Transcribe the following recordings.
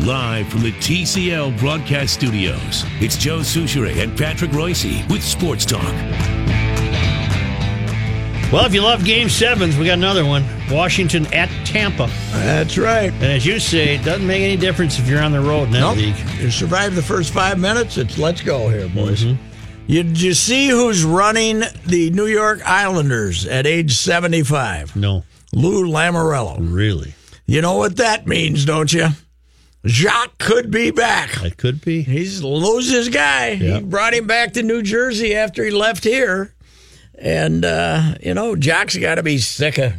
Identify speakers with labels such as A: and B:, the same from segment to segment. A: live from the TCL broadcast studios. It's Joe Souchere and Patrick Royce with Sports Talk.
B: Well, if you love game sevens, we got another one. Washington at Tampa.
C: That's right.
B: And as you say, it doesn't make any difference if you're on the road in that
C: Nope.
B: league.
C: You survive the first five minutes. It's let's go here, boys. You, did you see who's running the New York Islanders at age 75?
B: No,
C: Lou Lamorello.
B: really.
C: You know what that means, don't you? Jacques could be back.
B: That could be.
C: He's Lou's guy.
B: Yeah.
C: He brought him back to New Jersey after he left here. And, uh, you know, Jock's got to be sick of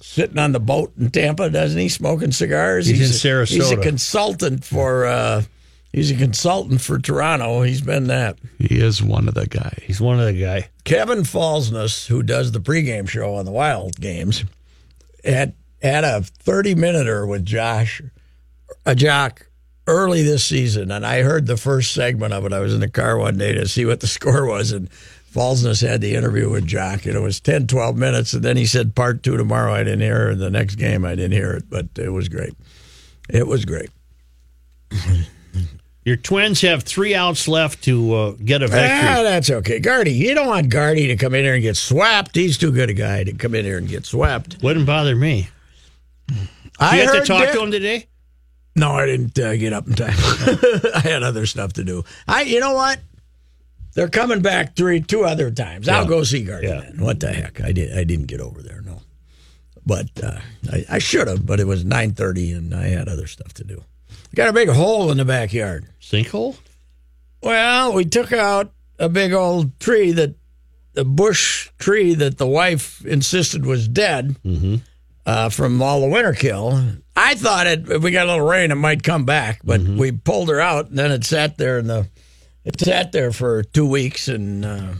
C: sitting on the boat in Tampa, doesn't he? Smoking cigars.
B: He's in
C: a- He's a
B: Sarasota.
C: consultant for. Uh, He's a consultant for Toronto. He's been that.
D: He is one of the guys.
B: He's one of the guy.
C: Kevin Falsness, who does the pregame show on the Wild games, had had a 30 minuter with Josh, a jock, early this season. And I heard the first segment of it. I was in the car one day to see what the score was. And Falsness had the interview with Jock, and it was 10, 12 minutes. And then he said, Part two tomorrow. I didn't hear it. The next game, I didn't hear it, but it was great. It was great.
B: Your Twins have three outs left to uh, get a
C: Ah,
B: victory.
C: that's okay. Guardy, you don't want Guardy to come in here and get swept. He's too good a guy to come in here and get swept.
B: Wouldn't bother me.
C: I
B: You have to
C: heard
B: talk
C: Dick-
B: to him today?
C: No, I didn't uh, get up in time. I had other stuff to do. I, you know what? They're coming back three, two other times. I'll go see Garden.
B: Yeah.
C: then. What the heck? I did. I didn't get over there. No, but uh, I, I should have. But it was nine thirty, and I had other stuff to do. Got a big hole in the backyard.
B: Sinkhole?
C: Well, we took out a big old tree that the bush tree that the wife insisted was dead
B: Mm-hmm.
C: uh, from all the winter kill. I thought it if we got a little rain it might come back, but
B: Mm-hmm.
C: we pulled her out and then it sat there in the it sat there for two weeks and uh,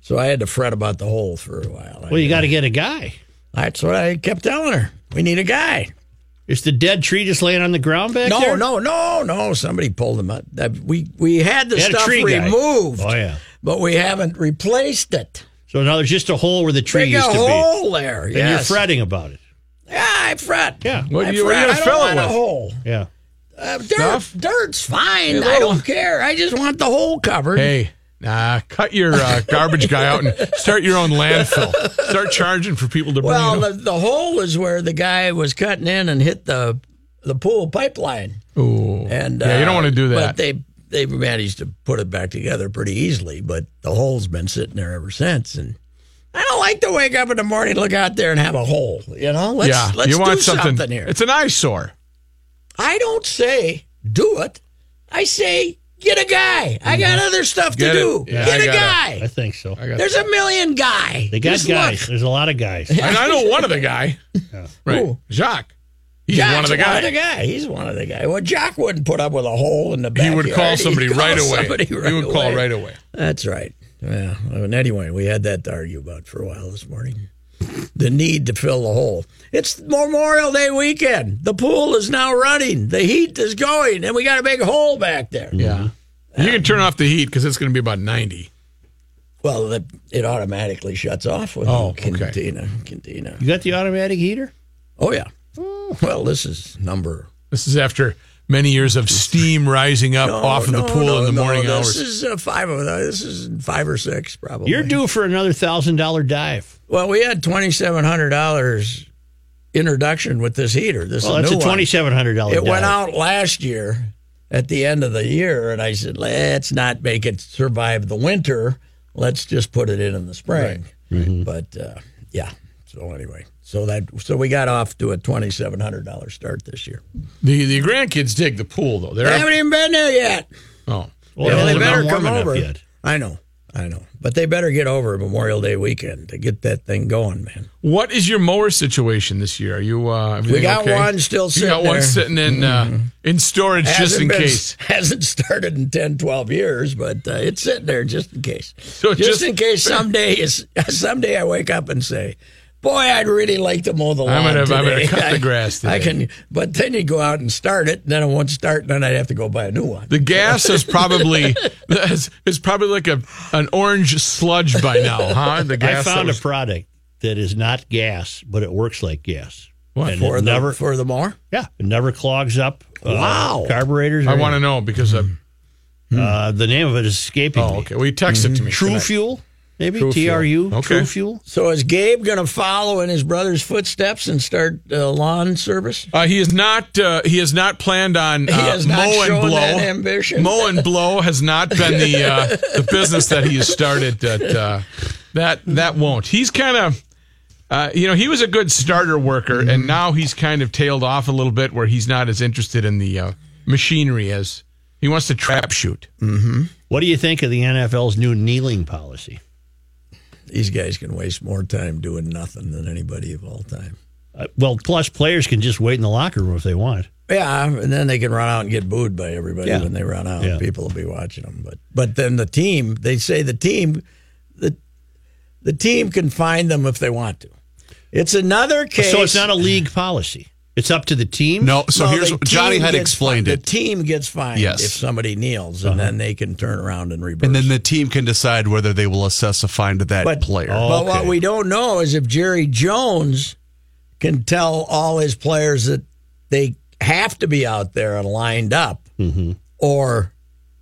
C: so I had to fret about the hole for a while.
B: Well, you got to get a guy.
C: That's what I kept telling her. We need a guy.
B: Is the dead tree just laying on the ground back
C: No,
B: there?
C: no, no, no. Somebody pulled them out. That- We we had the
B: You had a
C: stuff
B: tree guy.
C: removed.
B: Oh, yeah.
C: but we haven't replaced it.
B: So now there's just a hole where the tree
C: Big a
B: used to be.
C: hole there.
B: And
C: Yes.
B: you're fretting about it.
C: Yeah, I fret.
B: Yeah.
C: What
B: What
C: I
D: you- what
C: fret.
D: you gonna
C: I don't
D: fill it
C: want a
D: with?
C: hole.
B: Yeah.
C: Uh, dirt,
D: Stuff?
C: dirt's fine. I don't care. I just want the hole covered.
D: Hey, nah, cut your uh, garbage guy out and start your own landfill. Start charging for people to bring
C: well,
D: it
C: the,
D: up.
C: the hole is where the guy was cutting in and hit the the pool pipeline.
D: Ooh.
C: And
D: yeah, you
C: uh,
D: don't want to do
C: But
D: that.
C: they they managed to put it back together pretty easily. But the hole's been sitting there ever since. And I don't like to wake up in the morning, look out there, and have a hole. You know, let's
D: yeah,
C: let's
D: you want
C: do something, here.
D: It's an eyesore.
C: I don't say do it. I say get a guy. I got other stuff
D: Mm-hmm. Get
C: to
D: it.
C: do.
D: Yeah,
C: get
D: I
C: a
D: gotta-
B: I
C: guy.
B: think so.
D: got-
C: There's a million guy.
B: They got
C: Just
B: guys.
C: look.
B: There's a lot of guys.
D: And I know one of the guy. Right.
C: Who?
D: Jacques. He's
C: Jock's
D: one of the
C: One of the
D: guy.
C: guy. He's one of the guy. Well, Jock wouldn't put up with a hole in the
D: He
C: backyard.
D: would call
C: He'd
D: somebody
C: call
D: right away.
C: somebody right
D: he would call
C: away.
D: right away.
C: That's right. Yeah. And anyway, we had that to argue about for a while this morning. The need to fill the hole. It's Memorial Day weekend. The pool is now running. The heat is going, and we got a big hole back there.
D: Yeah. You can turn off the heat because it's going to be about 90.
C: Well, the, it automatically shuts off with
D: Oh,
C: oh,
D: okay.
C: cantina. Cantina.
B: You got the automatic heater?
C: Oh yeah.
D: Hmm.
C: Well, this is number.
D: This is after many years of steam rising up off of
C: No,
D: the pool
C: no,
D: in the
C: no,
D: morning
C: this
D: hours.
C: is uh, five of This is five or six probably.
B: You're due for another thousand dollar dive.
C: Well, we had twenty seven hundred dollars introduction with this heater. This
B: Well,
C: is
B: that's
C: new
B: a
C: one.
B: twenty seven hundred dollar.
C: It went out last year at the end of the year, and I said, let's not make it survive the winter. Let's just put it in in the spring. But uh, yeah. So anyway, so that so we got off to a twenty seven hundred dollar start this year.
D: The the grandkids dig the pool though.
C: They
D: They're
C: haven't even been there yet.
D: oh
B: Well,
C: Yeah,
B: it
C: they
B: wasn't
C: better
B: warm
C: come
B: enough
C: over.
B: yet.
C: I know, I know, but they better get over Memorial Day weekend to get that thing going, man.
D: What is your mower situation this year? Are you? Uh, everything
C: got
D: okay?
C: one still
D: You
C: sitting
D: got one
C: there. Mm-hmm.
D: sitting in uh, in storage just in
C: been-
D: case.
C: hasn't started in 10, 12 years, but uh, it's sitting there just in case.
D: So
C: just,
D: just-
C: in case someday is someday I wake up and say. Boy, I'd really like to mow the lawn
D: I'm gonna- I'm gonna
C: today."
D: cut the
C: I-
D: grass
C: I
D: today.
C: can, but then you go out and start it, and then it won't start, and then I'd have to go buy a new one.
D: The gas is probably is, is probably like a an orange sludge by now, huh? The
B: I
D: gas. that
B: found a
D: was-
B: product that is not gas, but it works like gas.
D: What?
B: And
C: for
B: it
C: the
B: never,
C: for the more.
B: yeah, it never clogs up. uh,
C: Wow.
B: carburetors.
D: I want to know because
C: Mm-hmm.
D: uh,
B: to. Uh, the name of it is escaping
D: oh,
B: me.
D: okay. Well, you texted it to me.
B: True
D: tonight.
B: Fuel, maybe
D: True
B: T
D: Fuel.
B: R U.
D: Okay.
B: True Fuel.
C: So is Gabe going to follow in his brother's footsteps and start uh, lawn service?
D: Uh, he is not. Uh, he has not planned on uh,
C: has not
D: mow and
C: shown
D: blow.
C: that ambition.
D: Mow and blow has not been the uh, the business that he has started. That uh, that that won't. He's kind of. Uh, you know, he was a good starter worker,
C: Mm-hmm.
D: and now he's kind of tailed off a little bit, where he's not as interested in the uh, machinery as he wants to trap shoot.
B: What do you think of the NFL's new kneeling policy?
C: These guys can waste more time doing nothing than anybody of all time.
B: Uh, well, plus players can just wait in the locker room if they want.
C: Yeah, and then they can run out and get booed by everybody
B: Yeah.
C: when they run out.
B: Yeah.
C: People will be watching them, but but then the team, they say the team, the the team can find them if they want to. It's another case.
B: So it's not a league policy. It's up to the team.
E: No, so
C: No,
E: here's
C: the
E: what Johnny
C: team
E: had
C: gets
E: explained
C: fi-
E: it.
C: The team gets fined
E: Yes. Uh-huh.
C: if somebody kneels, and then they can turn around and reverse.
E: and then the team can decide whether they will assess a fine to that
C: But-
E: player.
B: Oh.
C: But what
B: Okay.
C: we don't know is if Jerry Jones can tell all his players that they have to be out there and lined up,
B: Mm-hmm.
C: or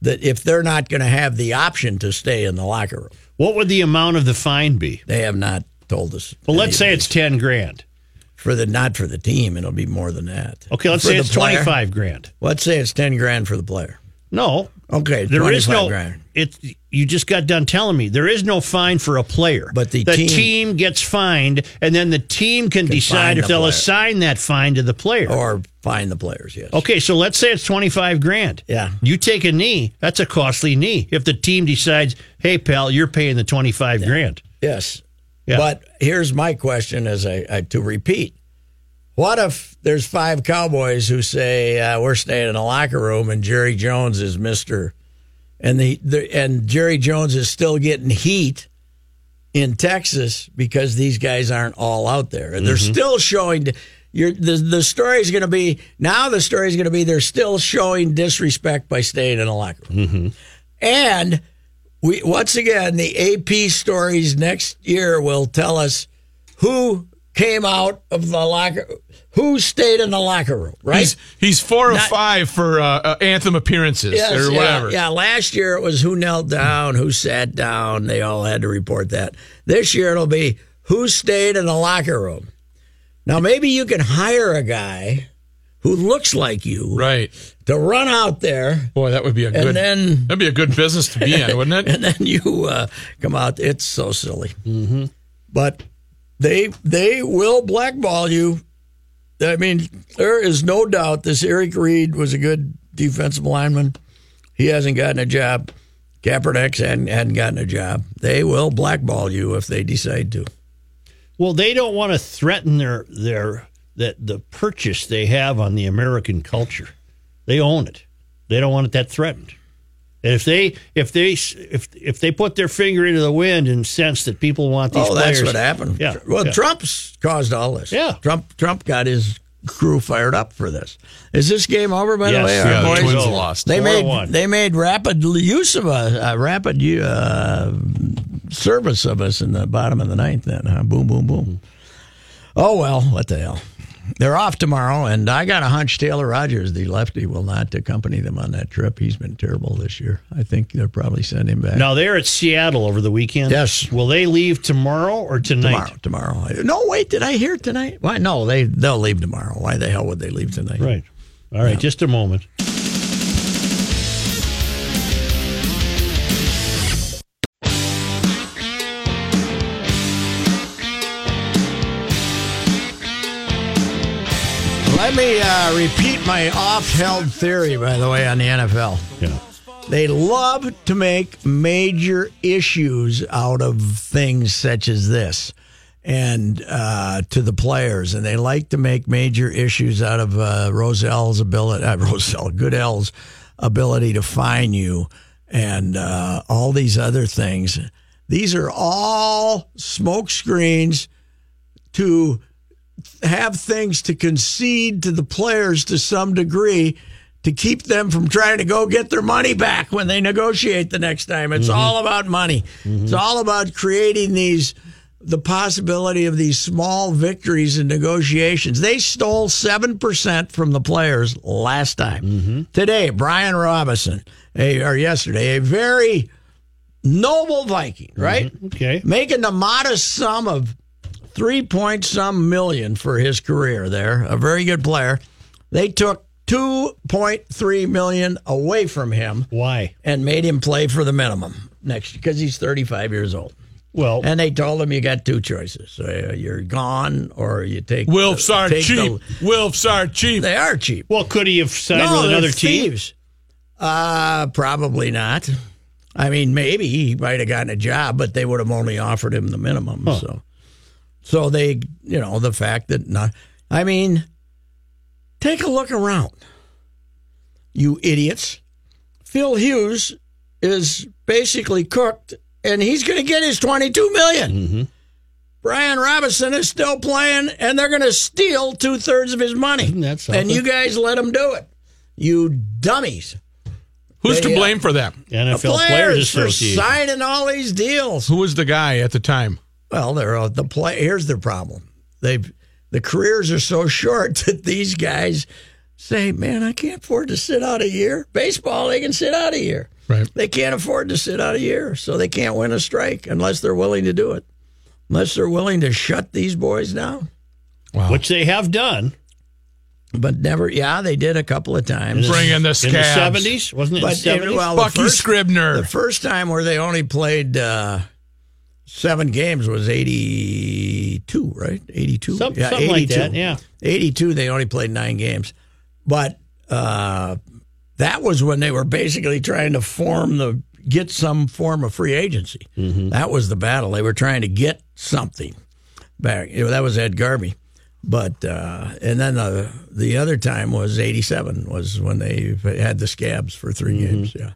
C: that if they're not going to have the option to stay in the locker room,
B: What would the amount of the fine be?
C: they have not told us.
B: Well, let's
C: any
B: say
C: of
B: it's ten grand.
C: these. for the not for the team, it'll be more than that.
B: Okay, let's
C: For
B: say
C: the
B: it's
C: player,
B: twenty-five grand.
C: Let's say it's ten grand for the player.
B: No,
C: Okay,
B: there is
C: 25
B: no.
C: Oh, grand.
B: It's you just got done telling me there is no fine for a player,
C: But the
B: team,
C: team-
B: gets fined, and then the team can, decide
C: fine
B: if
C: the
B: they'll
C: player.
B: assign that fine to the player.
C: or find the players. Yes.
B: Okay, so let's say it's 25 grand.
C: Yeah.
B: You take a knee, that's a costly knee. If the team decides, hey, pal, you're paying the 25 grand.
C: Yes.
B: Yeah.
C: But here's my question as I, I to repeat. What if there's five cowboys who say uh, we're staying in a locker room and Jerry Jones is Mister, and the, the and Jerry Jones is still getting heat in Texas because these guys aren't all out there and they're still showing. You're, the the story's going to be now. The story's going to be they're still showing disrespect by staying in a locker room. And we once again the AP stories next year will tell us who came out of the locker who stayed in the locker room, right?
D: He's he's four or
C: Not-
D: five for uh, uh, anthem appearances
C: Yes,
D: or
C: yeah,
D: whatever.
C: Yeah, last year it was who knelt down, who sat down. They all had to report that. This year it'll be who stayed in the locker room. Now maybe you can hire a guy who looks like you
D: Right,
C: to run out there,
D: boy, that would be a
C: and
D: good.
C: then
D: that'd be a good business to be in, wouldn't it?
C: and then you uh, come out. It's so silly. Mm-hmm. But they they will blackball you. I mean, there is no doubt this Eric Reed was a good defensive lineman. He hasn't gotten a job. Kaepernick hadn't, hadn't gotten a job. They will blackball you if they decide to.
B: Well, they don't want to threaten their, their that the purchase they have on the American culture. They own it. They don't want it that threatened. And if they if they if if they put their finger into the wind and sense that people want these
C: oh,
B: players,
C: that's what happened.
B: Yeah,
C: Well,
B: yeah.
C: Trump's caused all this.
B: Yeah.
C: Trump Trump got his crew fired up for this. Is this game over by
B: Yes.
C: the way?
B: Yeah,
C: Our
E: Yeah, the
C: boys-
B: Boys
E: Twins
B: over.
E: lost.
C: They
B: Four to
C: made
B: one.
C: they made rapid use of us, uh, rapid uh, service of us in the bottom of the ninth. Then huh? boom, boom, boom. Oh well, what the hell? They're off tomorrow, and I got a hunch Taylor Rogers, the lefty, will not accompany them on that trip. He's been terrible this year. I think they'll probably send him back
B: Now they're at Seattle over the weekend.
C: Yes.
B: Will they leave tomorrow or tonight?
C: tomorrow. Tomorrow. No, wait, did I hear tonight? Why? No, they they'll leave tomorrow. Why the hell would they leave tonight?
B: Right. All right. Just a moment.
C: Let me uh, repeat my off-held theory, by the way, on the NFL.
B: Yeah.
C: They love to make major issues out of things such as this and uh, to the players. And they like to make major issues out of uh, Roselle's ability, uh, Roselle Goodell's ability to fine you and uh, all these other things. These are all smoke screens to have things to concede to the players to some degree to keep them from trying to go get their money back when they negotiate the next time. It's all about money. It's all about creating these the possibility of these small victories in negotiations. They stole 7% from the players last time. Today, Brian Robinson, a, or yesterday, a very noble Viking, right?
B: Okay.
C: Making the modest sum of three point some million for his career there. A very good player. They took 2.3 million away from him
B: Why?
C: and made him play for the minimum next because he's 35 years old.
B: Well,
C: And they told him you got two choices: uh, you're gone, or you take.
D: Wilfs are
C: take the-
D: cheap. Wilfs are cheap.
C: they are cheap.
B: well, could he have signed
C: no,
B: with
C: they're
B: another team?
C: thieves. Uh, probably not. I mean, maybe he might have gotten a job, but they would have only offered him the minimum. So, so they, you know, the fact that not. I mean, take a look around. You idiots. Phil Hughes is basically cooked, and he's going to get his twenty-two million.
B: Mm-hmm.
C: Brian Robinson is still playing, and they're going to steal two thirds of his money.
B: that something?
C: and you guys let them do it. You dummies.
D: Who's to
C: They, uh,
D: blame for that?
B: NFL Players,
C: for
B: Association.
C: signing all these deals.
D: Who was the guy at the time?
C: Well, they're uh, the play. Here's the problem. They've the careers are so short that these guys say, "Man, I can't afford to sit out a year." Baseball, they can sit out a year.
D: Right.
C: They can't afford to sit out a year, so they can't win a strike unless they're willing to do it. Unless they're willing to shut these boys down.
D: Wow.
B: which they have done
C: But never, yeah, they did a couple of times.
D: Bring in the
B: in the
D: scabs.
B: seventies, wasn't it? in the
C: But
B: seventies.
C: well, the
D: Bucky
C: first-
D: Scribner.
C: The first time where they only played uh, seven games was 82, right? 82?
B: Some- something like that, yeah.
C: 82, they only played nine games. But uh, that was when they were basically trying to form the, get some form of free agency.
D: Mm-hmm.
C: That was the battle. They were trying to get something back. You know, that was Ed Garvey. But uh, and then the the other time was '87 was when they had the scabs for 3 games. Yeah,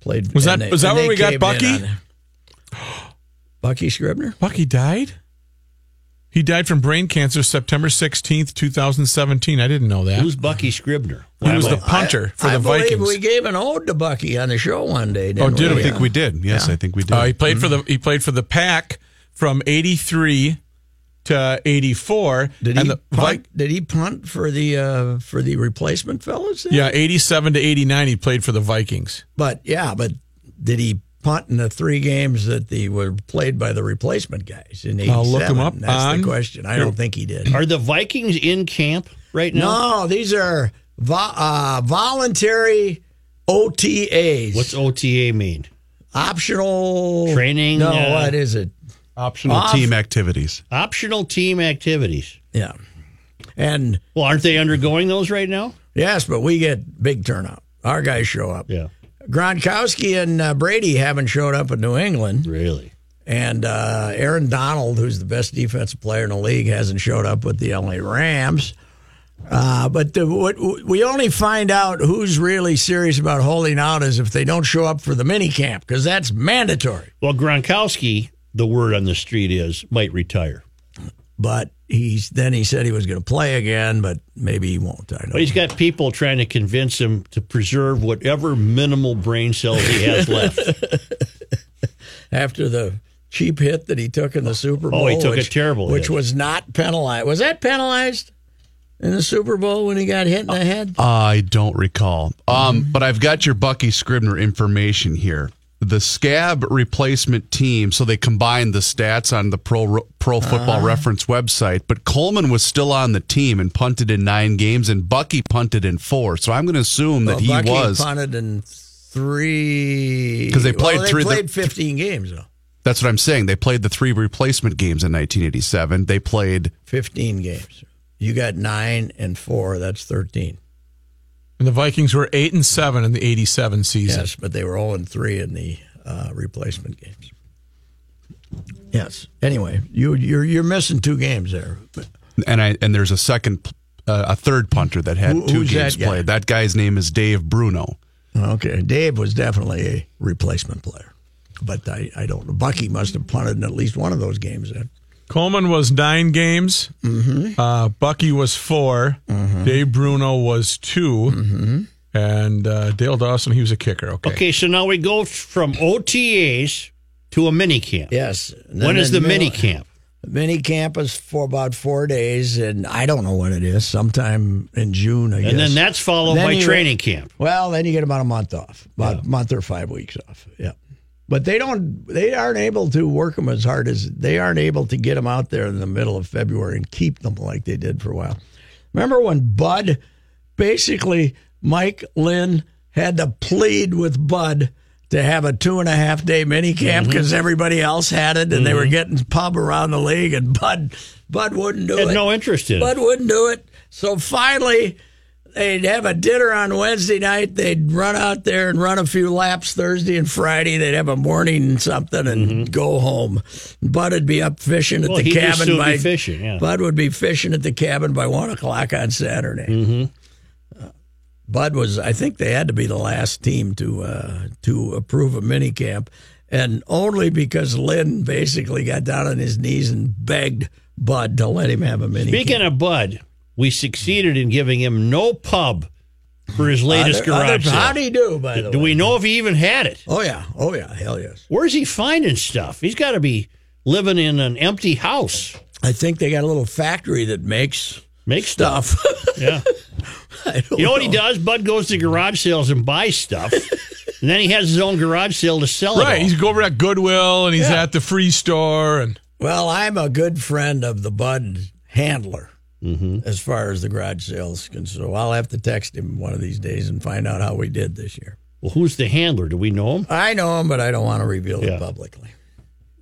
C: played.
D: Mm-hmm. Was
C: and
D: that- was that
C: and
D: when we got
C: came in
D: Bucky?
C: on it. Bucky Scribner.
D: Bucky died? He died from brain cancer September 16th, 2017. I didn't know that.
B: Who's Bucky Scribner?
D: He was the
B: Well,
D: punter for
C: I
D: the
C: believe
D: Vikings.
C: we gave an ode to Bucky on the show one day. Didn't
D: Oh, did
E: I
D: we?
E: think we did. Yes, I think we did.
D: Uh, he played for the he played for the Pack from 83 to 84
C: Did
D: and
C: he
D: the
C: punt?
D: Vi-
C: did he punt for the uh, for the replacement fellas? then?
D: yeah, 87 to 89 he played for the Vikings.
C: But yeah, but did he punt in the three games that the were played by the replacement guys in '87?
D: I'll look 'em up
C: That's
D: on-
C: the question. I don't think he did.
B: Are the Vikings in camp right now?
C: No, these are vo- uh, voluntary OTAs.
B: What's OTA mean?
C: optional
B: Training,
C: No,
B: uh,
C: what is it?
E: Optional team activities.
B: Optional team activities.
C: Yeah, and
B: Well, aren't they undergoing those right now?
C: yes, but we get big turnout. Our guys show up.
B: Yeah,
C: Gronkowski and uh, Brady haven't showed up in New England.
B: really.
C: And uh, Aaron Donald, who's the best defensive player in the league, hasn't showed up with the LA Rams. Uh, but the, what, we only find out who's really serious about holding out is if they don't show up for the mini camp, because that's mandatory.
B: Well, Gronkowski, the word on the street is might retire,
C: But he's then he said he was going to play again, but maybe he won't. I don't
B: but he's got people trying to convince him to preserve whatever minimal brain cells he has left.
C: after the cheap hit that he took
E: Oh,
C: in the Super Bowl.
B: he took a terrible
C: which
B: hit.
C: was not penalized. Was that penalized in the Super Bowl when he got hit in
E: Oh,
C: the head?
E: I don't recall. Um, but I've got your Bucky Scribner information here. The scab replacement team, so they combined the stats on the pro pro football
C: Ah.
E: reference website, but Coleman was still on the team and punted in nine games and Bucky punted in four. So I'm gonna assume that
C: Well,
E: he
C: Bucky
E: was
C: punted in three
E: 'Cause they
C: well,
E: played through the-
C: played fifteen games though.
E: that's what I'm saying. They played the three replacement games in nineteen eighty seven. They played
C: Fifteen games. You got nine and four. That's thirteen.
D: And the Vikings were 8 and 7 in the 87 season.
C: Yes, but they were all in three in the uh, replacement games. Yes. Anyway, you you're you're missing two games there.
E: and I and there's a second uh, a third punter that had
C: Who-
E: two
C: who's that
E: games
C: guy?
E: played. That guy's name is Dave Bruno.
C: Okay, Dave was definitely a replacement player, but I, I don't. know. Bucky must have punted in at least one of those games. Then
D: Coleman was 9 games.
C: Mm-hmm.
D: Uh, Bucky was 4. Dave Bruno was 2.
C: Mm-hmm.
D: And uh, Dale Dawson he was a kicker, okay.
B: Okay, so now we go from OTAs to a mini camp.
C: Yes.
B: When
C: And then
B: is
C: in
B: the mini
C: middle-
B: camp?
C: Mini camp is for about four days, and I don't know when it is. Sometime in June, I guess.
B: And then that's followed
C: Then
B: by
C: you-
B: training camp.
C: Well, then you get about a month off, about a month or five weeks off. Yeah. But they don't, they aren't able to work them as hard as they aren't able to get them out there in the middle of February and keep them like they did for a while. Remember when Bud, basically, Mike Lynn had to plead with Bud to have a two and a half day mini camp because everybody else had it and they were getting pub around the league and Bud, Bud wouldn't do
B: Had
C: it.
B: no interest in
C: Bud
B: it.
C: wouldn't do it. So finally, they'd have a dinner on Wednesday night. They'd run out there and run a few laps Thursday and Friday. They'd have a morning and something and go home. Bud would be up fishing at
B: Mm-hmm. Well,
C: the
B: he'd just
C: cabin
B: soon be
C: by
B: fishing, yeah.
C: Bud would be fishing at the cabin by one o'clock on Saturday. Mm-hmm. Bud was, I think they had to be the last team to uh, to approve a mini camp, and only because Lynn basically got down on his knees and begged Bud to let him have a mini. camp.
B: Speaking of Bud, we succeeded in giving him no pub for his latest
C: Other- other-
B: garage sale.
C: How do you do, by the
B: Do
C: way?
B: we know if he even had it?
C: Oh yeah, oh yeah, hell yes.
B: Where's he finding stuff? He's got to be living in an empty house.
C: I think they got a little factory that makes
B: Make stuff.
C: stuff.
B: Yeah.
C: I don't
B: You know what he does? Bud goes to garage sales and buys stuff, and then he has his own garage sale to sell
D: Right.
B: it. all.
D: He's go over at Goodwill and he's at the free store and
C: Well, I'm a good friend of the Bud handler as far as the garage sales concerned. So I'll have to text him one of these days and find out how we did this year.
B: Well, who's the handler? Do we know him?
C: I know him, but I don't want to reveal
B: Yeah.
C: it publicly.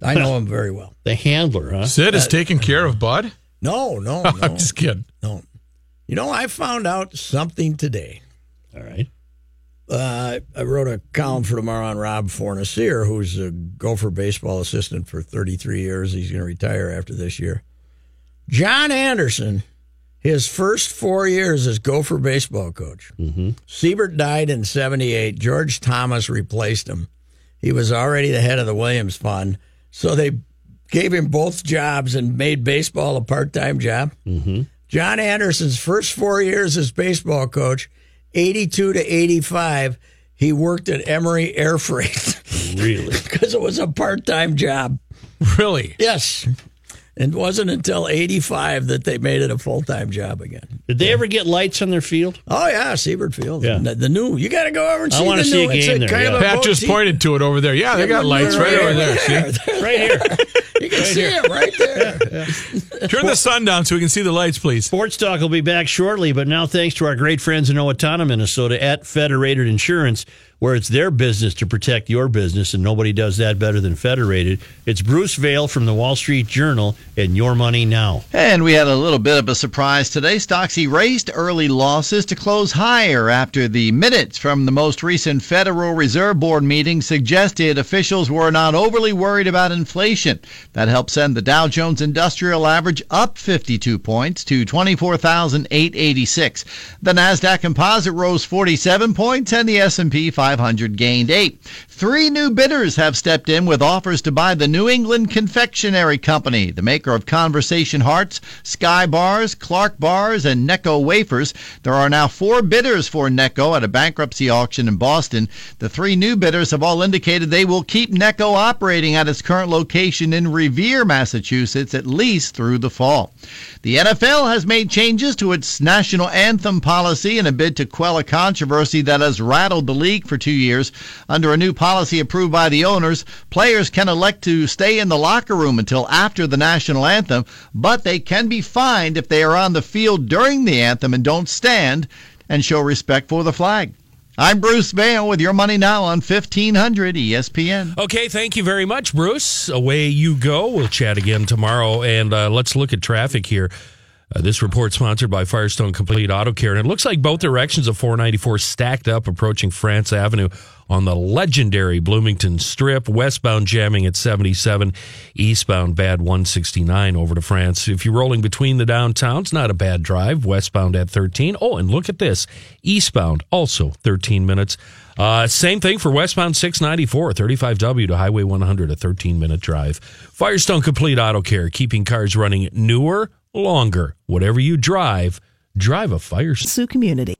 C: I know him very well.
B: The handler, huh?
D: Sid
C: Uh,
D: is taking care of Bud.
C: No, no,
D: I'm
C: no,
D: just kidding.
C: no. You know, I found out something today.
B: All right.
C: uh, I wrote a column for tomorrow on Rob Fornacier, who's a Gopher baseball assistant for 33 years. He's going to retire after this year. John Anderson, his first four years as Gopher baseball coach. Siebert died in 78. George Thomas replaced him. He was already the head of the Williams Fund. So they gave him both jobs and made baseball a part time job. John Anderson's first four years as baseball coach, 82 to 85, he worked at Emory Air Freight
B: Really?
C: because it was a part time job.
D: Really?
C: Yes. It wasn't until 85 that they made it a full time job again.
B: Did they ever get lights on their field?
C: Oh, yeah, Siebert Field.
B: Yeah.
C: The, the new, you got to go over and
B: I
C: see
B: wanna
C: the new.
B: see a
C: it's
B: game there,
C: kind
B: yeah.
C: of a
D: Pat just
C: boutique.
D: pointed to it over there. Yeah, they got lights right over there. See?
B: Right here.
C: You can see it right there.
D: Turn the sun down so we can see the lights, please.
B: Sports Talk will be back shortly, but now thanks to our great friends in Owatonna, Minnesota at Federated Insurance, where it's their business to protect your business, and nobody does that better than Federated. It's Bruce Vail from the Wall Street Journal and Your Money Now.
F: And we had a little bit of a surprise today. Stocks erased early losses to close higher after the minutes from the most recent Federal Reserve Board meeting suggested officials were not overly worried about inflation. That helped send the Dow Jones Industrial Average up 52 points to 24,886. The Nasdaq Composite rose 47 points and the S&P 500 gained 8. Three new bidders have stepped in with offers to buy the New England Confectionery Company, the maker of Conversation Hearts, Sky Bars, Clark Bars, and Necco Wafers. There are now four bidders for Necco at a bankruptcy auction in Boston. The three new bidders have all indicated they will keep Necco operating at its current location in Revere, Massachusetts, at least through the fall. The NFL has made changes to its national anthem policy in a bid to quell a controversy that has rattled the league for two years. Under a new policy approved by the owners, players can elect to stay in the locker room until after the national anthem, but they can be fined if they are on the field during the anthem and don't stand and show respect for the flag. I'm Bruce Vail with your money now on E 1500 ESPN.
G: Okay, thank you very much, Bruce. Away you go. We'll chat again tomorrow, and uh, let's look at traffic here. Uh, this report sponsored by Firestone Complete Auto Care, and it looks like both directions of 494 stacked up, approaching France Avenue on the legendary Bloomington Strip. Westbound jamming at 77, eastbound bad 169 over to France. If you're rolling between the downtowns, not a bad drive. Westbound at 13. Oh, and look at this, eastbound also 13 minutes. Uh, same thing for westbound 694, 35W to Highway 100, a 13 minute drive. Firestone Complete Auto Care, keeping cars running newer, longer. Whatever you drive, drive a Firestone.
H: Sioux community.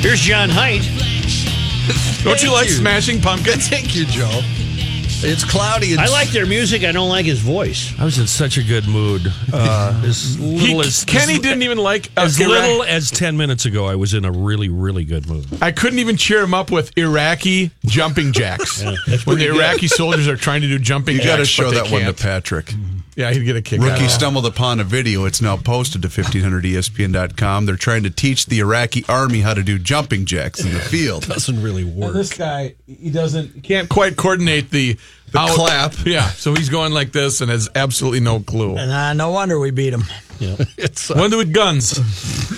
B: Here's John Height.
D: Don't you
C: Thank
D: like
C: you.
D: smashing pumpkins?
C: Thank you, Joe. It's cloudy. And
B: I like their music. I don't like his voice.
G: I was in such a good mood. Uh, as little
D: He-
G: as
D: Kenny didn't even like a
G: As
D: Iraq-
G: little as ten minutes ago, I was in a really, really good mood.
D: I couldn't even cheer him up with Iraqi jumping jacks. when the Iraqi soldiers are trying to do jumping
E: You
D: jacks.
E: got to show
D: but they
E: that one to
D: can't.
E: Patrick.
D: Yeah, he'd get a kick. out
E: Rookie
D: of it.
E: stumbled upon a video. It's now posted to E 1500ESPN.com. They're trying to teach the Iraqi army how to do jumping jacks in the field.
G: Doesn't really
D: Now,
G: work.
D: This guy, he doesn't, he can't quite coordinate the, the
E: clap.
D: Yeah, so he's going like this and has absolutely no clue.
H: uh,
C: Nah, no wonder we beat him.
H: It's
D: One with guns.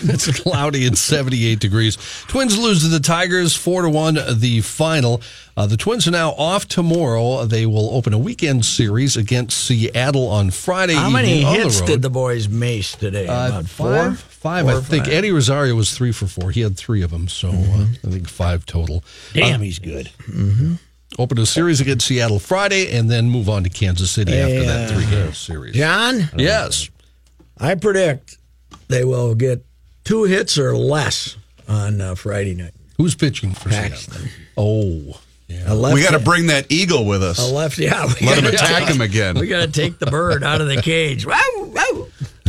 H: It's cloudy and 78 degrees. Twins lose to the Tigers 4 to 1 the final. Uh, the Twins are now off tomorrow. They will open a weekend series against Seattle on Friday.
C: How many
H: evening on
C: hits
H: the road.
C: did the boys mace today?
H: Uh,
C: About four? Mm-hmm.
H: five, five, I think. Eddie Rosario was three for four. He had three of them, so uh, I think five total. Uh,
B: Damn, he's good.
H: Open a series against Seattle Friday, and then move on to Kansas City after that three-game series.
C: John,
H: Yes,
C: I predict they will get two hits or less on uh, Friday night.
H: who's pitching for Seattle?
C: Paxton.
H: Oh,
C: A left,
E: We got to bring that eagle with us.
C: a left. Yeah, we
E: Let him
C: gotta
E: attack
C: take-
E: him again.
C: We got to take the bird out of the cage. Wow, wow.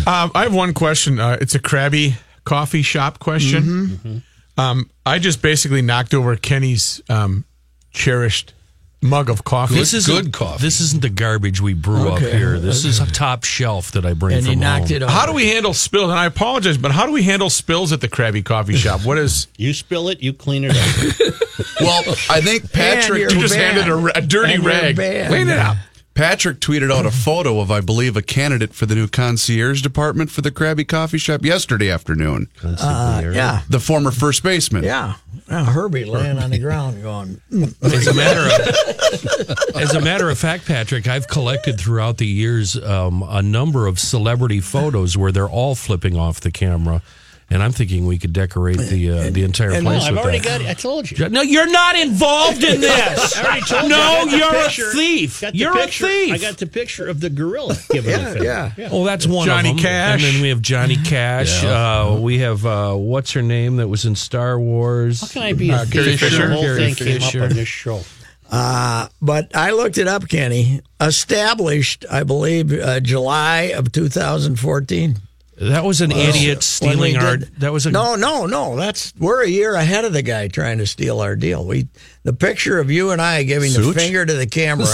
D: Um, I have one question. Uh, it's a crabby coffee shop question. Um, I just basically knocked over Kenny's um, cherished mug of coffee.
H: This is- good coffee.
G: This isn't the garbage we brew up
C: Okay.
G: here. This is top shelf that I bring
C: And
G: from
C: he knocked
G: home.
C: it. Over.
D: how do we handle spills? And I apologize, but how do we handle spills at the crabby coffee shop? What is?
B: You spill it, you clean it up.
E: Well, I think
C: you're
E: Patrick
D: You just
C: banned.
D: handed a, ra- a dirty
C: And you're
D: rag.
C: banned.
D: Clean it up.
E: Patrick tweeted out a photo of, I believe, a candidate for the new concierge department for the Krabby Coffee Shop yesterday afternoon.
C: Uh, yeah,
E: The former first baseman.
C: yeah. Now Herbie laying on the ground, going. "Mm,
G: As a matter of as a matter of fact, Patrick, I've collected throughout the years um, a number of celebrity photos where they're all flipping off the camera, and I'm thinking we could decorate the uh, the entire
C: and-
B: No,
G: place
B: I've
G: with
B: already
G: that.
B: got it. I told you.
G: Ju- No, you're not involved in this.
B: I already told you.
G: no,
B: I got the
G: you're
B: picture.
G: a thief.
B: Got the
G: You're
B: picture.
G: a thief.
B: I got the picture of the gorilla giving
C: Yeah,
B: the thing.
C: yeah.
G: Well, that's one
D: Johnny
G: of them.
D: Cash.
G: and then we have Johnny Cash. Uh, we have uh, what's her name that was in Star Wars?
B: How can I be a
D: Carrie
B: thief? when
D: Fisher?
B: The whole
G: Carrie
B: thing came
G: Fisher.
B: up on this show.
C: Uh, but I looked it up, Kenny. Established, I believe, uh, July of 2014.
G: That was an idiot
C: When we
G: stealing our.
C: did-
G: That was a
C: no, no, no. That's we're a year ahead of the guy trying to steal our deal. We the picture of you and I giving the finger to the camera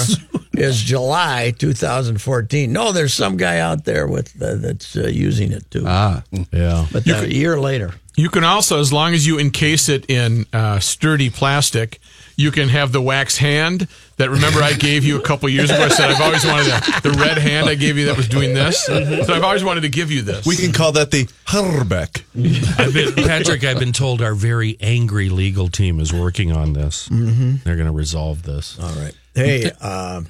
C: is July 2014. No, there's some guy out there with uh, that's uh, using it too.
E: Ah.
G: Yeah.
C: but that- a year later,
D: You can also, as long as you encase it in uh, sturdy plastic, you can have the wax hand that remember I gave you a couple years ago. I said I've always wanted a, the red hand I gave you that was doing this. So I've always wanted to give you this.
E: We can call that the Herbeck.
G: I've been, Patrick, I've been told our very angry legal team is working on this. Mm-hmm. They're going to resolve this.
C: All right. Hey, uh,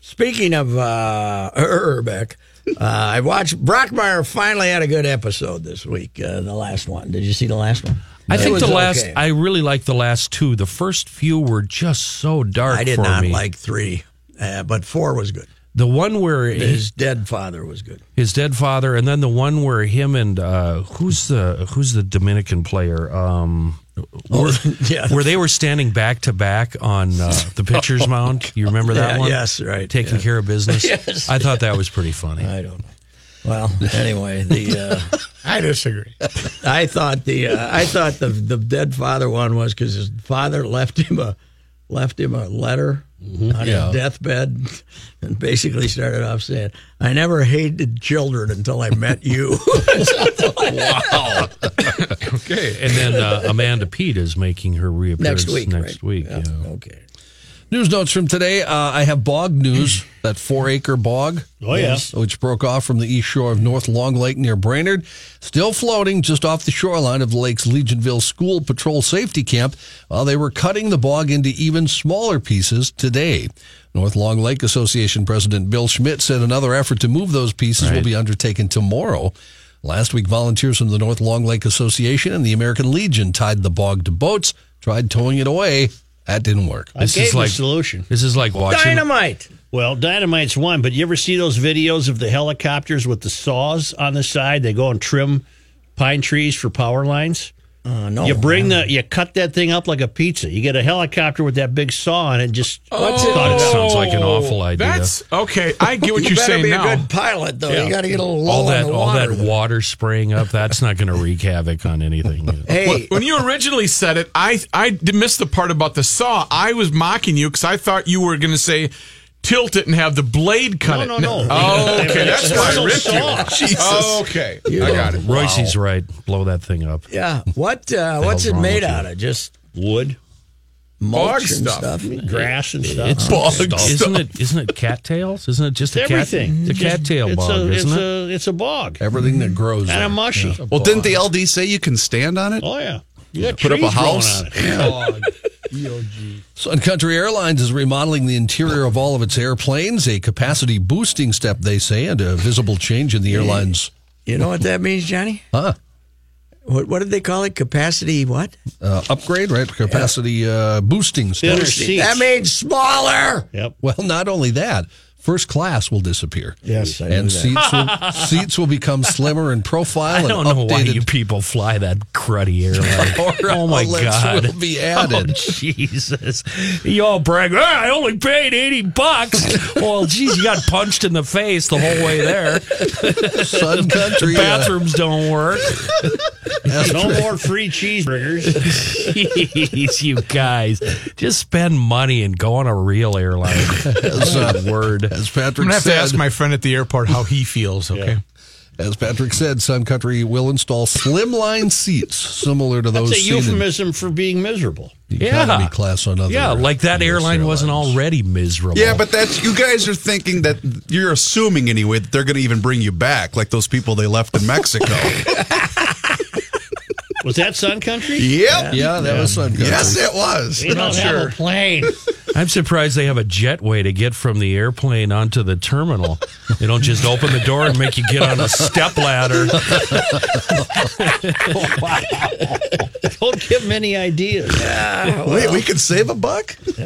C: speaking of uh, Herbeck, uh, I watched Brockmeyer finally had a good episode this week. Uh, the last one. Did you see the last one?
G: I
C: It
G: think
C: was
G: the last.
C: okay.
G: I really like the last two. The first few were just so dark.
C: I did
G: for
C: not
G: me.
C: like three, uh, but four was good.
G: the one where his,
C: His dead father was good.
G: his dead father, and then the one where him and uh, who's the who's the Dominican player. Um, were,
C: yeah.
G: where they were standing back to back on uh, the pitcher's mound. You remember that
C: Oh, Yeah,
G: one?
C: yes, right,
G: Taking
C: yeah.
G: care of business.
C: Yes.
G: I thought that was pretty funny.
C: I don't know. Well, anyway, the uh,
D: I disagree.
C: I thought the uh, I thought the the dead father one was because his father left him a left him a letter on
H: Yeah.
C: his deathbed, and basically started off saying, "I never hated children until I met you."
G: Okay, and then uh, Amanda Pete is making her reappearance
C: next week,
G: Next
C: right?
G: week,
C: Yeah,
G: yeah.
C: Okay.
H: News notes from today. Uh, I have bog news. That four acre bog.
B: Oh, yeah.
H: Which broke off from the east shore of North Long Lake near Brainerd. Still floating just off the shoreline of the lake's Legionville School Patrol Safety Camp. While they were cutting the bog into even smaller pieces today. North Long Lake Association President Bill Schmidt said another effort to move those pieces will be undertaken tomorrow. Last week, volunteers from the North Long Lake Association and the American Legion tied the bog to boats, tried towing it away. That didn't work.
B: I
G: This
B: gave
G: is
B: the
G: like-
B: solution.
G: This is like watching.
C: Dynamite.
B: Well, dynamite's one, but you ever see those videos of the helicopters with the saws on the side? They go and trim pine trees for power lines.
C: Uh, no.
G: Oh,
B: You bring the you cut that thing up like a pizza. You get a helicopter with that big saw on it. And just
C: What's
G: God, it sounds like an
D: Oh,
G: awful idea.
D: That's okay. I get what
C: you
D: you're
C: better
D: saying
C: be
D: now.
C: a good pilot, though. You got to get a little low
G: all
C: on
G: that
C: the
G: all
C: water.
G: that water spraying up. That's not going to wreak havoc on anything.
C: Hey,
D: When you originally said it, I I d- missed the part about the saw. I was mocking you because I thought you were going to say tilt it and have the blade cut
B: No,
D: it.
B: no, no.
D: Oh, okay, that's why I
B: Arnold
D: ripped
B: saw.
D: you. Jesus.
E: Oh.
D: Okay, I got it.
G: Uh, Royce's right. Blow that thing up.
C: yeah. What uh, what's
G: hell's
C: it
G: wrong
C: made
G: with you?
C: out of? Just
B: wood,
C: mulch and
D: stuff.
B: grass, and stuff.
G: It's
E: Bug
G: Uh, Isn't it? Isn't it cattails? Isn't it just
B: It's
G: a
B: everything.
G: Cat, it's a
B: Just-
G: cattail
B: it's
G: bog,
B: a, it's
G: isn't it?
B: A, it's a bog
H: Everything that grows.
B: and
H: there.
B: a mushy.
E: Well, didn't the LD say you can stand on it?
B: Oh yeah, you got
E: Put up a
B: trees growing
E: house.
B: on it.
H: Sun Country Airlines is remodeling the interior of all of its airplanes, a capacity boosting step, they say, and a visible change in the airline's
C: You know what that means, Johnny?
H: huh,
C: What, what did they call it? Capacity what?
H: uh, upgrade, right? Capacity uh, boosting step.
B: Thinner seats.
C: That means smaller.
B: Yep.
H: Well, not only that, first class will disappear.
C: Yes, I
H: and seats will, seats will become slimmer in profile.
G: I don't
H: and
G: know
H: updated
G: why you people fly that cruddy airline.
H: Or
G: oh my
H: outlets
G: god!
H: will be added.
G: Oh, Jesus, you all brag. "Ah, I only paid eighty bucks. well, geez, you got punched in the face the whole way there.
H: Sun Country. uh,
G: Bathrooms don't work.
B: No more free cheeseburgers.
G: Jeez, you guys, just spend money and go on a real airline.
H: as, uh,
G: Word.
H: as
D: I'm
H: Patrick
D: gonna have
H: said,
D: to ask my friend at the airport how he feels. Okay.
H: as Patrick said, Sun Country will install slimline seats similar to those
B: That's a
H: seen in
B: euphemism for being miserable.
H: the
G: Yeah.
H: economy class on other.
G: Yeah, like that
H: US
G: airline wasn't
H: airlines.
G: already miserable.
E: Yeah, but that's you guys are thinking that you're assuming anyway that they're going to even bring you back, like those people they left in Mexico.
B: Was that Sun Country?
E: yep.
H: Yeah, that was Sun Country.
E: Yes, it was.
B: They don't have a plane.
G: I'm surprised they have a jetway to get from the airplane onto the terminal. they don't just open the door and make you get on a step ladder.
B: don't give them any ideas.
E: Wait, we could save a buck.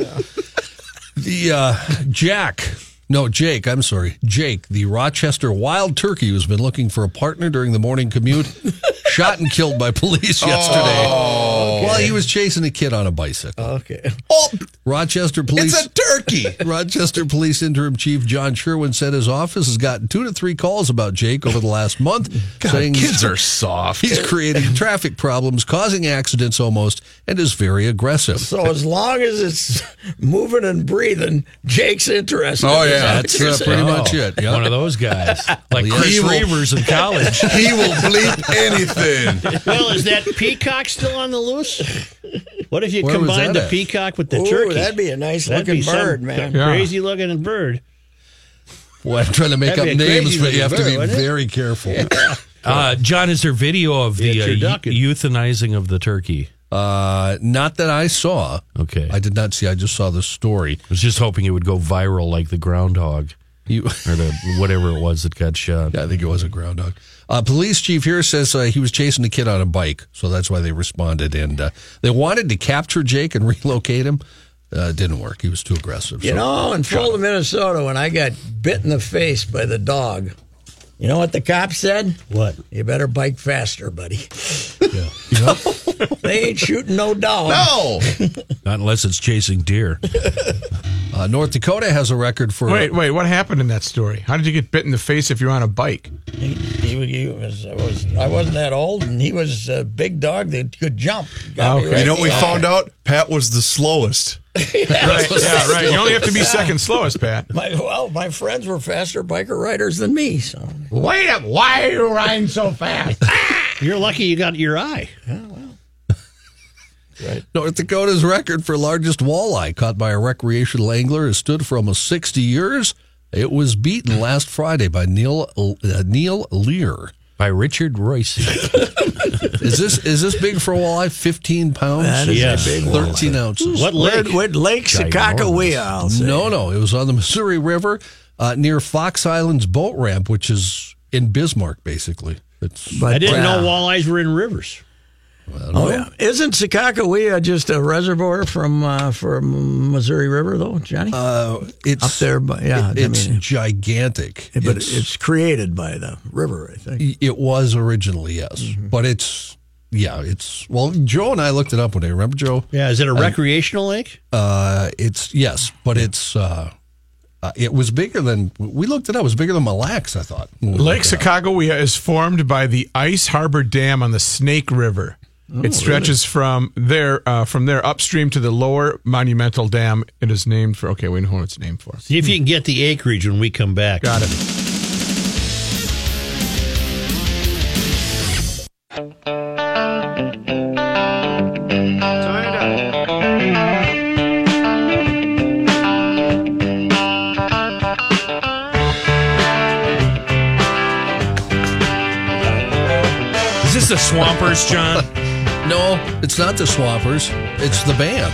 H: The uh, Jack. No, Jake, I'm sorry. Jake, the Rochester wild turkey who's been looking for a partner during the morning commute, shot and killed by police yesterday while he was chasing a kid on a bicycle.
C: Okay.
E: Oh,
H: Rochester police.
E: it's a turkey.
H: Rochester Police Interim Chief John Sherwin said his office has gotten two to three calls about Jake over the last month, saying
E: Kids are soft.
H: he's creating traffic problems, causing accidents almost, and is very aggressive.
C: So as long as it's moving and breathing, Jake's interested.
E: Oh,
C: Is
E: yeah,
C: that what
H: That's
C: you're
H: uh,
C: saying?
H: pretty much it.
G: One
H: Yeah.
G: of those guys, like Chris
E: Evil.
G: Reavers in college.
E: He will bleep anything.
B: Well, is that peacock still on the loose? What if you
H: Where was
B: combine
H: that
B: the
H: at?
B: peacock with the
C: Ooh,
B: turkey?
C: that'd be a nice
B: That'd
C: looking
B: be some
C: bird, man.
D: Yeah.
B: Crazy looking bird.
H: Well, I'm trying to make up
B: That'd be a
H: names,
B: crazy
H: but you have to be
B: looking bird,
H: very careful.
G: Uh, John, is there video of the
B: Yeah, you're
G: uh,
B: ducking.
G: eu- euthanizing of the turkey?
H: Uh, not that I saw.
G: Okay.
H: I did not see. I just saw the story.
G: I was just hoping it would go viral like the groundhog
H: You,
G: or the whatever it was that got shot.
H: I think it was a groundhog. Uh, police chief here says uh, he was chasing a kid on a bike, so that's why they responded. And uh, they wanted to capture Jake and relocate him. Uh, it didn't work. He was too aggressive.
C: You
H: so-
C: know, in Fulton, Minnesota, when I got bit in the face by the dog, you know what the cop said?
B: What?
C: You better bike faster, buddy. they ain't shooting no dog.
E: No.
G: Not unless it's chasing deer.
H: uh, North Dakota has a record for
D: Wait, wait. What happened in that story? How did you get bit in the face if you're on a bike?
C: He, he, he was, I, was, I wasn't that old, and he was a big dog that could jump. Got me
D: Okay.
E: You know
C: right
E: what we
C: in the
E: found out? Pat was the slowest.
D: Right. Yeah. Right. You only have to be second slowest, Pat.
C: My, well, my friends were faster biker riders than me, so
D: Wait up! Why are you riding so fast?
B: You're lucky you got your eye.
H: North Dakota's record for largest walleye caught by a recreational angler has stood for almost 60 years. It was beaten last Friday by Neil uh, Neil Lear.
G: By Richard Royce.
H: Is this is this big for a walleye? 15 pounds.
C: that is
B: Yes.
C: a big one.
H: 13 ounces.
B: What lake?
C: Where- where- Lake Sakakawea, I'll say.
H: No, no. It was on the Missouri River uh, near Fox Island's boat ramp, which is in Bismarck, basically. It's
C: But,
B: I didn't
C: uh,
B: know walleyes were in rivers.
C: Oh yeah, isn't Sakakawea just a reservoir from uh, from Missouri River though, Johnny?
H: it's
C: Up there, but yeah, I
H: it's
C: mean,
H: gigantic.
C: but it's, created by the river, I think. Mm-hmm.
H: It was originally, yes, but it's yeah, it's well. Joe and I looked it up one day. Remember, Joe?
B: Yeah, is it a recreational lake?
H: Uh, it's yes, but it's uh, uh, it was bigger than we looked it up. It was bigger than Mille Lacs, I thought. Mm-hmm. when we
D: Lake
H: looked it up.
D: Sacagawea is formed by the Ice Harbor Dam on the Snake River. it stretches from there uh, from there upstream to the lower Monumental Dam. It is named for okay, we know what it's named for.
B: See if you can get the acreage when we come back.
D: Got it.
G: Is this the Swampers, John?
H: No, it's not the Swampers. It's the band.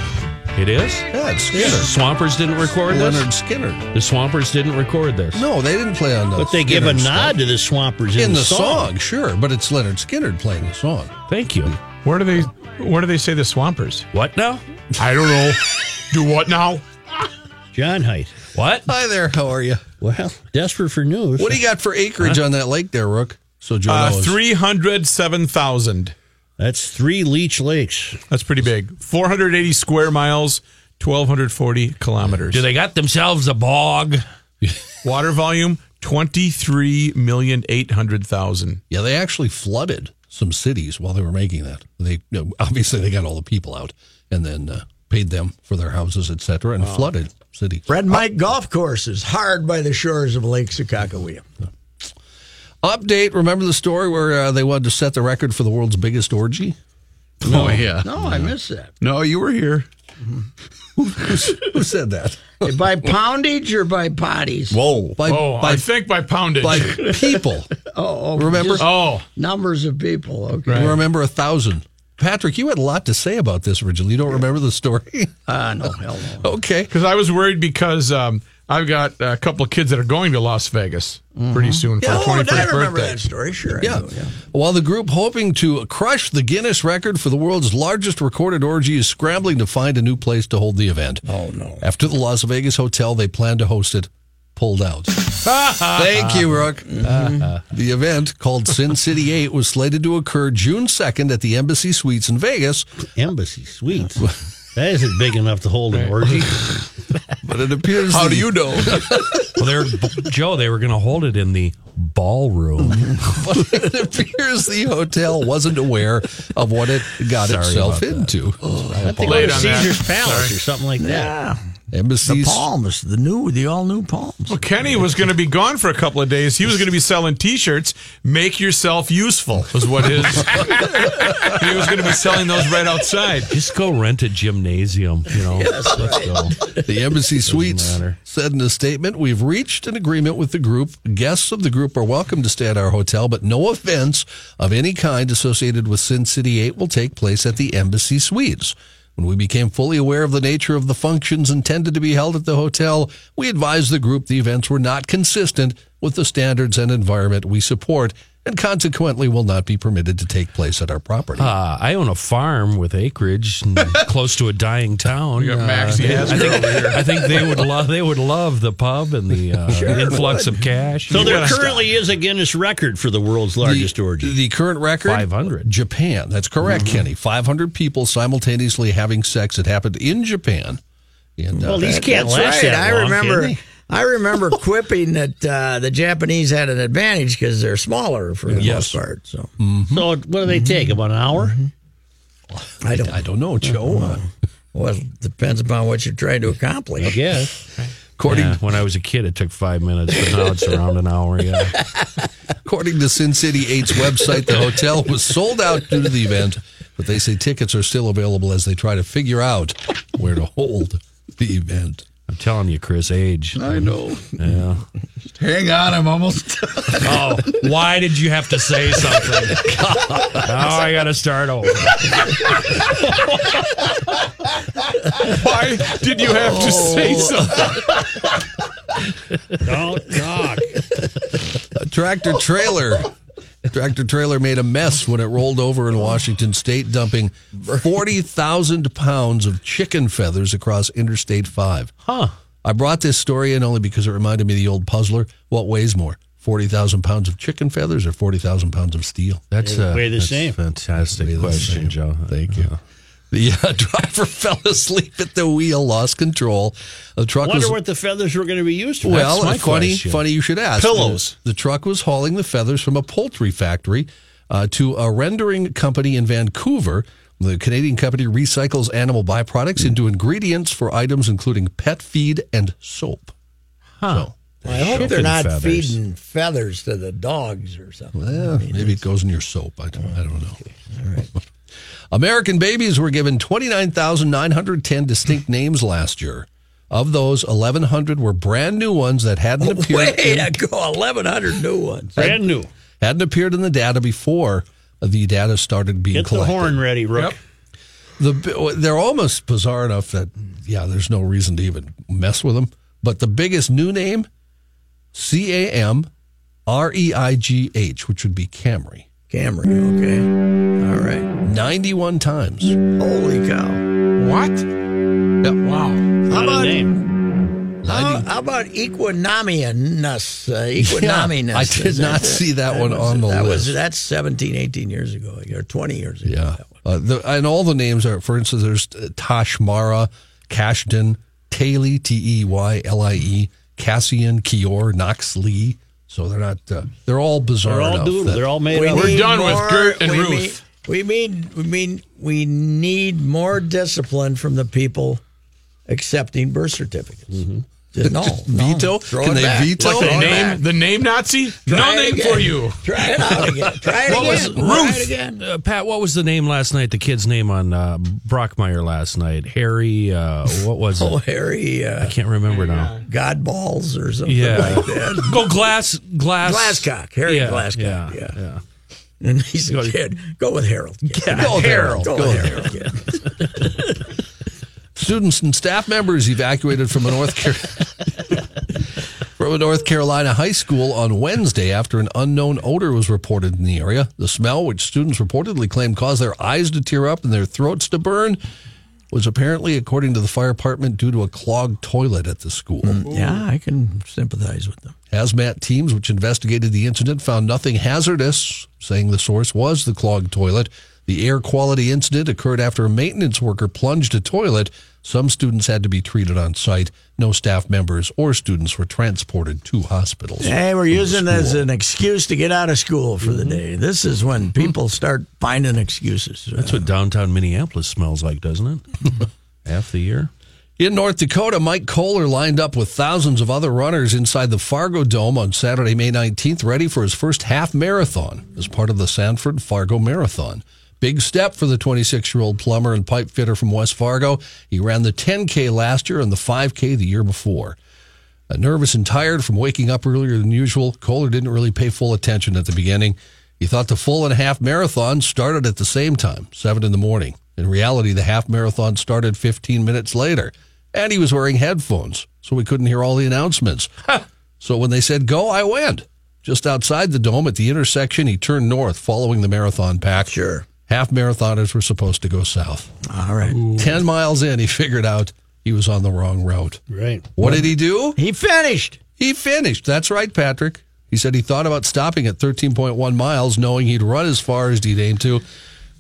G: It is.
H: Yeah, it's Skinner.
G: Swampers didn't record
H: Leonard
G: this.
H: Skinner.
G: The Swampers didn't record this.
H: No, they didn't play on the.
B: But they give a
H: Skinner stuff.
B: nod to the swampers in,
H: in the song. sure, but it's Leonard Skinner playing the song.
G: Thank you.
D: Where do they where do they say the Swampers?
G: What now?
D: I don't know. Do what now?
B: John Height.
G: What?
H: Hi there, how are you?
B: Well, desperate for news.
H: What do you got for acreage on that lake there, Rook? So Joe
D: Uh,
H: knows.
D: three hundred seven thousand.
B: That's three Leech Lakes.
D: That's pretty big. Four hundred eighty square miles, twelve hundred forty kilometers.
G: Do they got themselves a bog?
D: Water volume twenty three million eight hundred thousand.
H: Yeah, they actually flooded some cities while they were making that. They you know, obviously they got all the people out and then uh, paid them for their houses, etc., and flooded cities.
C: Red Mike Golf Course is hard by the shores of Lake Sacagawea.
H: Update. Remember the story where uh, they wanted to set the record for the world's biggest orgy?
E: Oh yeah.
C: No, I missed that.
E: No, you were here.
H: Who said that?
C: by poundage or by potties?
H: Whoa! By,
D: Oh,
H: by,
D: I think by poundage.
H: by people.
C: oh, okay,
H: Remember?
C: just
D: oh,
C: numbers of people. Okay.
H: Remember a thousand. Patrick, you had a lot to say about this originally. You don't remember the story?
C: Ah, no, hell no.
H: okay.
D: because I was worried because um, I've got a couple of kids that are going to Las Vegas pretty soon for
C: Yeah,
D: their
C: oh, I
D: 21st
C: remember
D: birthday.
C: that story. Sure, I
H: Yeah.
C: do, yeah.
H: While the group hoping to crush the Guinness record for the world's largest recorded orgy is scrambling to find a new place to hold the event.
C: Oh no.
H: After the Las Vegas hotel they planned to host it pulled out. Thank you, Rook.
C: Mm-hmm.
H: the event, called Sin City 8, was slated to occur June 2nd at the Embassy Suites in Vegas,
B: Embassy Suites. that isn't big enough to hold an orgy.
H: but it appears
E: How
H: the-
E: do you know?
G: Well, they're Joe. They were going to hold it in the ballroom.
H: it appears the hotel wasn't aware of what it got itself into.
B: I think
D: Late
B: it was
D: on that.
B: Caesar's Palace or something like that.
C: Yeah, the
H: Embassies.
C: palms, the new, the all new palms.
D: Well, Kenny was going to be gone for a couple of days. He was going to be selling T-shirts. Make yourself useful was what his. he was going to be selling those right outside.
G: Just go rent a gymnasium. You know. Let's go.
H: The Embassy Suites
G: matter.
H: said in a statement, We've reached an agreement with the group. Guests of the group are welcome to stay at our hotel, but no events of any kind associated with Sin City 8 will take place at the Embassy Suites. When we became fully aware of the nature of the functions intended to be held at the hotel, we advised the group the events were not consistent with the standards and environment we support and consequently will not be permitted to take place at our property.
G: Uh, I own a farm with acreage and close to a dying town. Uh,
D: We got Maxie
G: I
D: Hasbro
G: think,
D: over here.
G: I think they would love they would love the pub and the uh, influx of cash.
B: So there
D: gotta stop.
B: currently is a Guinness record for the world's largest
H: the,
B: orgy. Mm-hmm.
H: The current record
G: 500.
H: Japan. That's correct, Kenny. 500 people simultaneously having sex. It happened in Japan. And, uh,
B: well, these can't
C: That's
B: last
C: right.
B: that
C: I
B: long,
C: remember.
B: can they?
C: I remember quipping that uh, the Japanese had an advantage because they're smaller for the most
H: Yes.
C: part. So
B: So what do they take? About an hour?
C: I don't.
H: I don't know, Joe. Uh,
B: Mm-hmm.
C: Well, it depends upon what you're trying to accomplish.
B: I guess.
H: according,
G: Yeah, when I was a kid, it took five minutes, but now it's around an hour. Yeah.
H: according to Sin City 8's website, the hotel was sold out due to the event, but they say tickets are still available as they try to figure out where to hold the event.
G: I'm telling you, Chris, age.
E: I know.
G: Yeah.
E: Hang on, I'm almost done.
G: Oh, why did you have to say something? now I got to start over.
D: Why did you have to say something?
G: Oh.
B: Don't talk.
H: A tractor trailer. Tractor trailer made a mess when it rolled over in Washington state, dumping 40,000 pounds of chicken feathers across Interstate 5. Huh. I brought this story in only because it reminded me of the old puzzler. What weighs more, 40,000 pounds of chicken feathers or 40,000 pounds of steel?
G: That's uh,
B: Way the
G: that's
B: same.
G: Fantastic
H: Way the
G: question,
H: same.
G: Joe.
H: Thank you. The uh, driver fell asleep at the wheel, lost control. The truck
B: Wonder
H: was
B: what the feathers were going to be used for.
H: well,
G: my
H: funny,
G: question.
H: funny you should ask.
B: Pillows.
H: The, the truck was hauling the feathers from a poultry factory uh, to a rendering company in Vancouver. The Canadian company recycles animal byproducts into ingredients for items including pet feed and soap.
G: Huh.
C: I hope they're
G: Chicken
C: not
G: feathers.
C: feeding feathers to the dogs or something.
H: Well, Eh, maybe it goes in your soap. I don't, I don't know. American babies were given 29,910 distinct names last year. Of those, 1,100 were brand new ones that hadn't appeared
C: Way
H: in
C: to go! Eleven hundred new ones.
B: Brand new.
H: hadn't appeared in the data before the data started being
B: Get the
H: collected.
B: horn ready, Rook.
H: The- they're almost bizarre enough that yeah, there's no reason to even mess with them. But the biggest new name, C A M R E I G H, which would be Camry,
C: Cameron. Okay. All right.
H: 91 times.
C: Holy cow.
D: What? Wow.
B: What a name.
C: How, how about Equinamianus? Uh, Equinaminus.
H: I did
C: Is
H: not see that one
C: was-
H: on the
C: that Was,
H: list.
C: that's 17, 18 years ago, or 20 years ago.
H: Yeah. Uh, the, and all the names are, for instance, there's uh, Tosh Mara, Cashden, Taylor, T E Y L I E, Cassian, Kior, Knox Lee. So they're not, uh, they're all bizarre.
B: They're all
H: enough
B: doodle.
H: that-
B: They're all made
C: We
B: up.
D: We're
C: need
D: done with
C: more-
D: Gert and
C: we
D: Ruth.
C: mean- we mean we mean we need more discipline from the people accepting birth certificates. Just- No, no.
H: Mm-hmm. veto?
C: Throw
H: Can
C: it
H: they
C: back.
H: veto?
C: Throw
D: The
C: it
H: Going
D: name,
C: back.
D: the name Nazi?
C: Try
D: no
C: it
D: name
C: again.
D: for you.
C: Try it out again. Try it
G: What was
C: again. Try
G: Ruth?
C: it again.
G: Uh, Pat, what was the name last night? The kid's name on uh, Brockmeyer last night. Harry. Uh, what was
C: Oh,
G: it?
C: Harry, uh,
G: I can't remember now.
C: God balls or something
G: Yeah.
C: like that.
G: Go glass, glass,
C: Glasscock, Harry
G: yeah,
C: Glasscock. Yeah,
G: yeah, yeah.
C: and he's a kid. Go with Harold. Yeah,
H: Harold.
C: Go,
H: Go
C: with
H: there.
C: Harold. kid.
H: Students and staff members evacuated from a North Car- from a North Carolina high school on Wednesday after an unknown odor was reported in the area. The smell, which students reportedly claimed caused their eyes to tear up and their throats to burn, was apparently, according to the fire department, due to a clogged toilet at the school.
C: Yeah, I can sympathize with them.
H: Hazmat teams, which investigated the incident, found nothing hazardous, saying the source was the clogged toilet. The air quality incident occurred after a maintenance worker plunged a toilet. Some students had to be treated on site. No staff members or students were transported to hospitals.
C: Hey, we're
H: from the
C: using this as
H: school.
C: an excuse to get out of school for the day. This is when people start finding excuses.
G: That's what downtown Minneapolis smells like, doesn't it? Half the year.
H: In North Dakota, Mike Kohler lined up with thousands of other runners inside the Fargo Dome on Saturday, May 19th, ready for his first half marathon as part of the Sanford Fargo Marathon. Big step for the 26 year old plumber and pipe fitter from West Fargo. He ran the 10K last year and the 5K the year before. Uh, nervous and tired from waking up earlier than usual, Kohler didn't really pay full attention at the beginning. He thought the full and half marathon started at the same time, 7 in the morning. In reality, the half marathon started 15 minutes later, and he was wearing headphones, so we couldn't hear all the announcements. So when they said go, I went. Just outside the dome at the intersection, he turned north following the marathon pack.
C: Sure.
H: Half marathoners were supposed to go south.
C: All right.
H: 10 miles in, he figured out he was on the wrong route.
B: Right.
H: What did he do?
C: He finished.
H: He finished. That's right, Patrick. He said he thought about stopping at 13.1 miles, knowing he'd run as far as he'd aim to.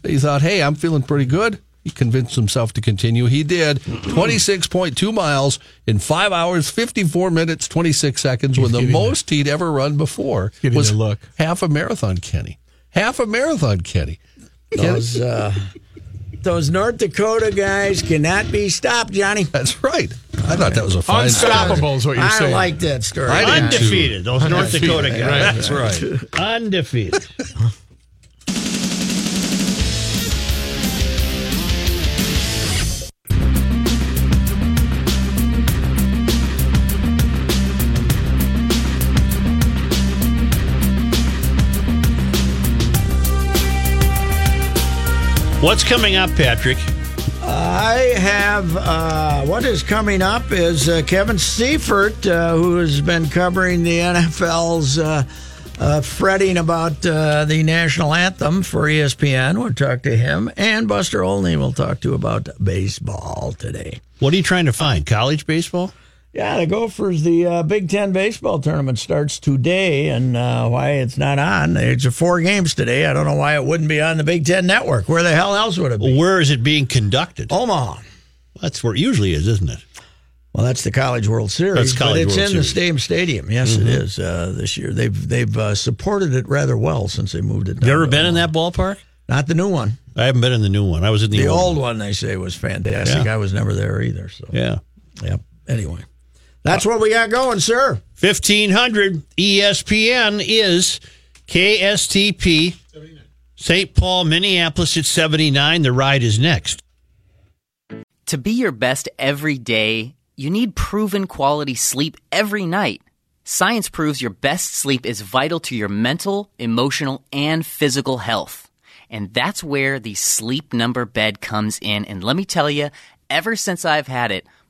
H: He thought, hey, I'm feeling pretty good. He convinced himself to continue. He did 26.2 miles in five hours, 54 minutes, 26 seconds, when the most he'd ever run before
D: giving
H: was
D: a look.
H: half a marathon, Kenny. Half a marathon, Kenny. Kenny-
C: Those uh, those North Dakota guys cannot be stopped, Johnny.
H: That's right. I thought that was a fine story.
D: Unstoppable is what you're
C: I
D: saying.
C: like that story.
H: I didn't.
B: Undefeated. Those North Dakota guys.
D: Right.
H: That's right.
B: Undefeated. What's coming up, Patrick?
C: I have uh, what is coming up is uh, Kevin Seifert, uh, who has been covering the NFL's uh, uh, fretting about uh, the national anthem for E ESPN. We'll talk to him, and Buster Olney will talk to about baseball today.
B: What are you trying to find? College baseball?
C: Yeah, the Gophers. The uh, Big Ten baseball tournament starts today, and uh, why it's not on? It's four games today. I don't know why it wouldn't be on the Big Ten network. Where the hell else would it be?
B: Where is it being conducted?
C: Omaha.
B: That's where it usually is, isn't it?
C: Well, that's the College World Series.
B: That's College
C: but it's
B: World
C: in the
B: Series. Mm-hmm.
C: same stadium. Yes, it is. Uh, this year they've they've uh, supported it rather well since they moved it.
B: You
C: down
B: ever
C: to
B: been in
C: Omaha.
B: that ballpark?
C: Not the new one.
B: I haven't been in the new one. I was in the,
C: The
B: old.
C: old one they say was fantastic.
B: Yeah.
C: I was never there either. So
B: Yeah.
C: yep. Anyway, that's what we got going, sir.
B: 1500 ESPN is KSTP, St. Paul, Minneapolis at 79. The ride is next.
H: To be your best every day, you need proven quality sleep every night. Science proves your best sleep is vital to your mental, emotional, and physical health. And that's where the sleep number bed comes in. And let me tell you, ever since I've had it,